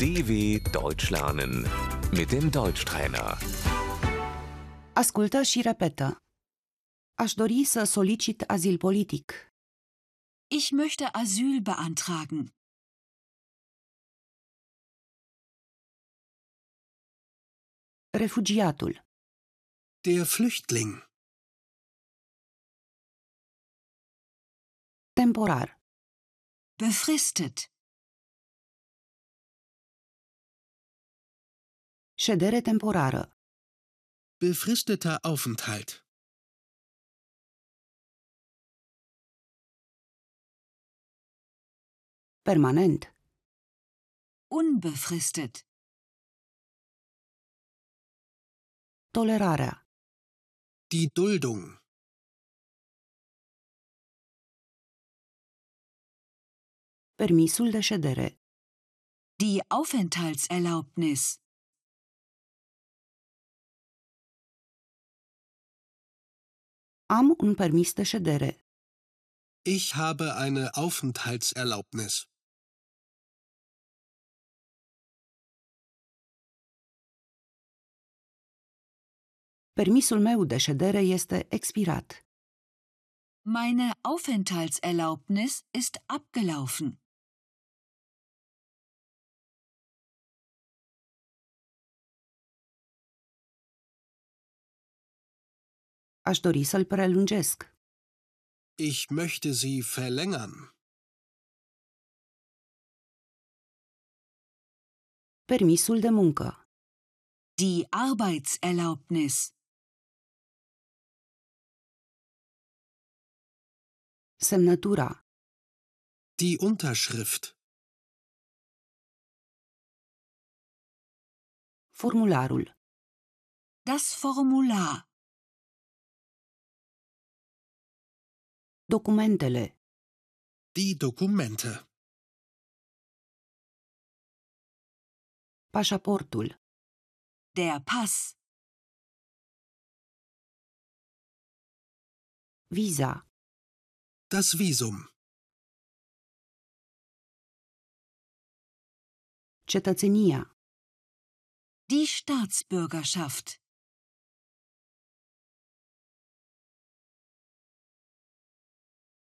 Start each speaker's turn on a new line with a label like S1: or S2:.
S1: DW Deutsch lernen mit dem Deutschtrainer.
S2: Ascultă și repetă. Aș dori să solicit azil politic.
S3: Ich möchte Asyl beantragen.
S2: Refugiatul.
S4: Der Flüchtling.
S2: Temporar.
S3: Befristet.
S2: Ședere temporară.
S4: Befristeter Aufenthalt.
S2: Permanent.
S3: Unbefristet.
S2: Tolerarea.
S4: Die Duldung.
S2: Permisul de ședere.
S3: Die Aufenthaltserlaubnis.
S2: Am un permis de ședere.
S4: Ich habe eine Aufenthaltserlaubnis.
S2: Permisul meu de ședere este expirat.
S3: Meine Aufenthaltserlaubnis ist abgelaufen.
S2: Aș dori să-l prelungesc.
S4: Ich möchte sie verlängern.
S2: Permisul de muncă.
S3: Die Arbeitserlaubnis.
S2: Semnătura.
S4: Die Unterschrift.
S2: Formularul.
S3: Das Formular.
S2: Documentele.
S4: Die Dokumente.
S2: Pașaportul.
S3: Der Pass.
S2: Viza.
S4: Das Visum.
S2: Cetățenia.
S3: Die Staatsbürgerschaft.